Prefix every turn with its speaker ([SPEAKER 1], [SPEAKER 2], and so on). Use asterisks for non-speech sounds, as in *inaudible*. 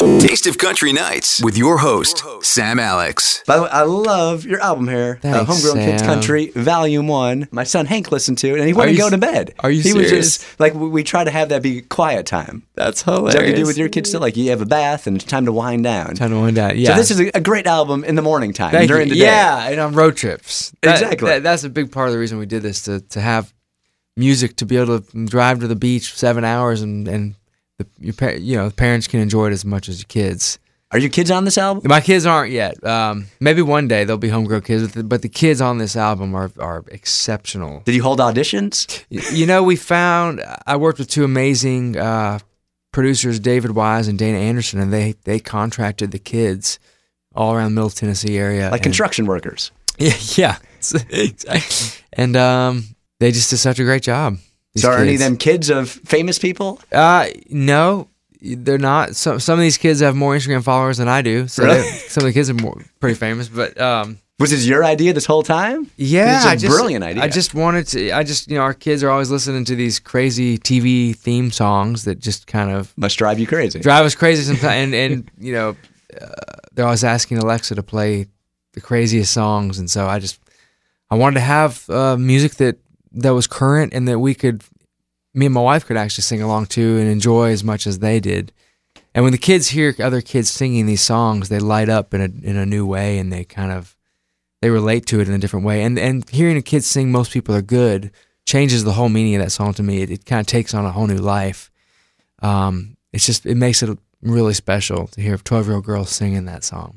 [SPEAKER 1] Taste of Country Nights with your host, Sam Alex.
[SPEAKER 2] By the way, I love your album here, uh,
[SPEAKER 3] Thanks,
[SPEAKER 2] Homegrown Kids
[SPEAKER 3] Sam.
[SPEAKER 2] Country, Volume One. My son Hank listened to it, and he wouldn't
[SPEAKER 3] you
[SPEAKER 2] go
[SPEAKER 3] s-
[SPEAKER 2] to bed.
[SPEAKER 3] are you
[SPEAKER 2] He was
[SPEAKER 3] serious?
[SPEAKER 2] just like we, we try to have that be quiet time.
[SPEAKER 3] That's hilarious.
[SPEAKER 2] Is that what you do with your kids? Still, like you have a bath and it's time to wind down.
[SPEAKER 3] Time to wind down. Yeah.
[SPEAKER 2] So this is a, a great album in the morning time
[SPEAKER 3] Thank
[SPEAKER 2] during
[SPEAKER 3] you.
[SPEAKER 2] the day.
[SPEAKER 3] Yeah, and on road trips. That-
[SPEAKER 2] Exactly.
[SPEAKER 3] that- that's a big part of the reason we did this to to have music to be able to drive to the beach seven hours and and the, your par- you know the parents can enjoy it as much as the kids.
[SPEAKER 2] Are your kids on this album?
[SPEAKER 3] My kids aren't yet. Um, maybe one day they'll be homegrown kids, but the, but the kids on this album are are exceptional.
[SPEAKER 2] Did you hold auditions?
[SPEAKER 3] Y- you know, we found I worked with two amazing uh, producers, David Wise and Dana Anderson, and they they contracted the kids all around the Middle Tennessee area.
[SPEAKER 2] Like
[SPEAKER 3] and-
[SPEAKER 2] construction workers.
[SPEAKER 3] *laughs* yeah, yeah. Exactly. and um, they just did such a great job. these
[SPEAKER 2] So are any of
[SPEAKER 3] kids.
[SPEAKER 2] them kids of famous people?
[SPEAKER 3] Uh, no, they're not. Some some of these kids have more Instagram followers than I do. So
[SPEAKER 2] Really?
[SPEAKER 3] they- *laughs* some of the kids are more pretty famous, but um,
[SPEAKER 2] Was this your idea this whole time?
[SPEAKER 3] yeah,
[SPEAKER 2] It's a
[SPEAKER 3] I just-
[SPEAKER 2] brilliant idea.
[SPEAKER 3] I just wanted to. I just you know our kids are always listening to these crazy TV theme songs that just kind of
[SPEAKER 2] Must drive you crazy.
[SPEAKER 3] drive us crazy sometimes. And and *laughs* you know, uh, they're always asking Alexa to play the craziest songs, and so I just I wanted to have uh, music that that was current and that we could, me and my wife could actually sing along to and enjoy as much as they did. And when the kids hear other kids singing these songs, they light up in a in a new way, and they kind of they relate to it in a different way. And and hearing a kid sing "Most People Are Good" changes the whole meaning of that song to me. It, it kind of takes on a whole new life. Um, it's just it makes it really special to hear a twelve year old girl singing that song.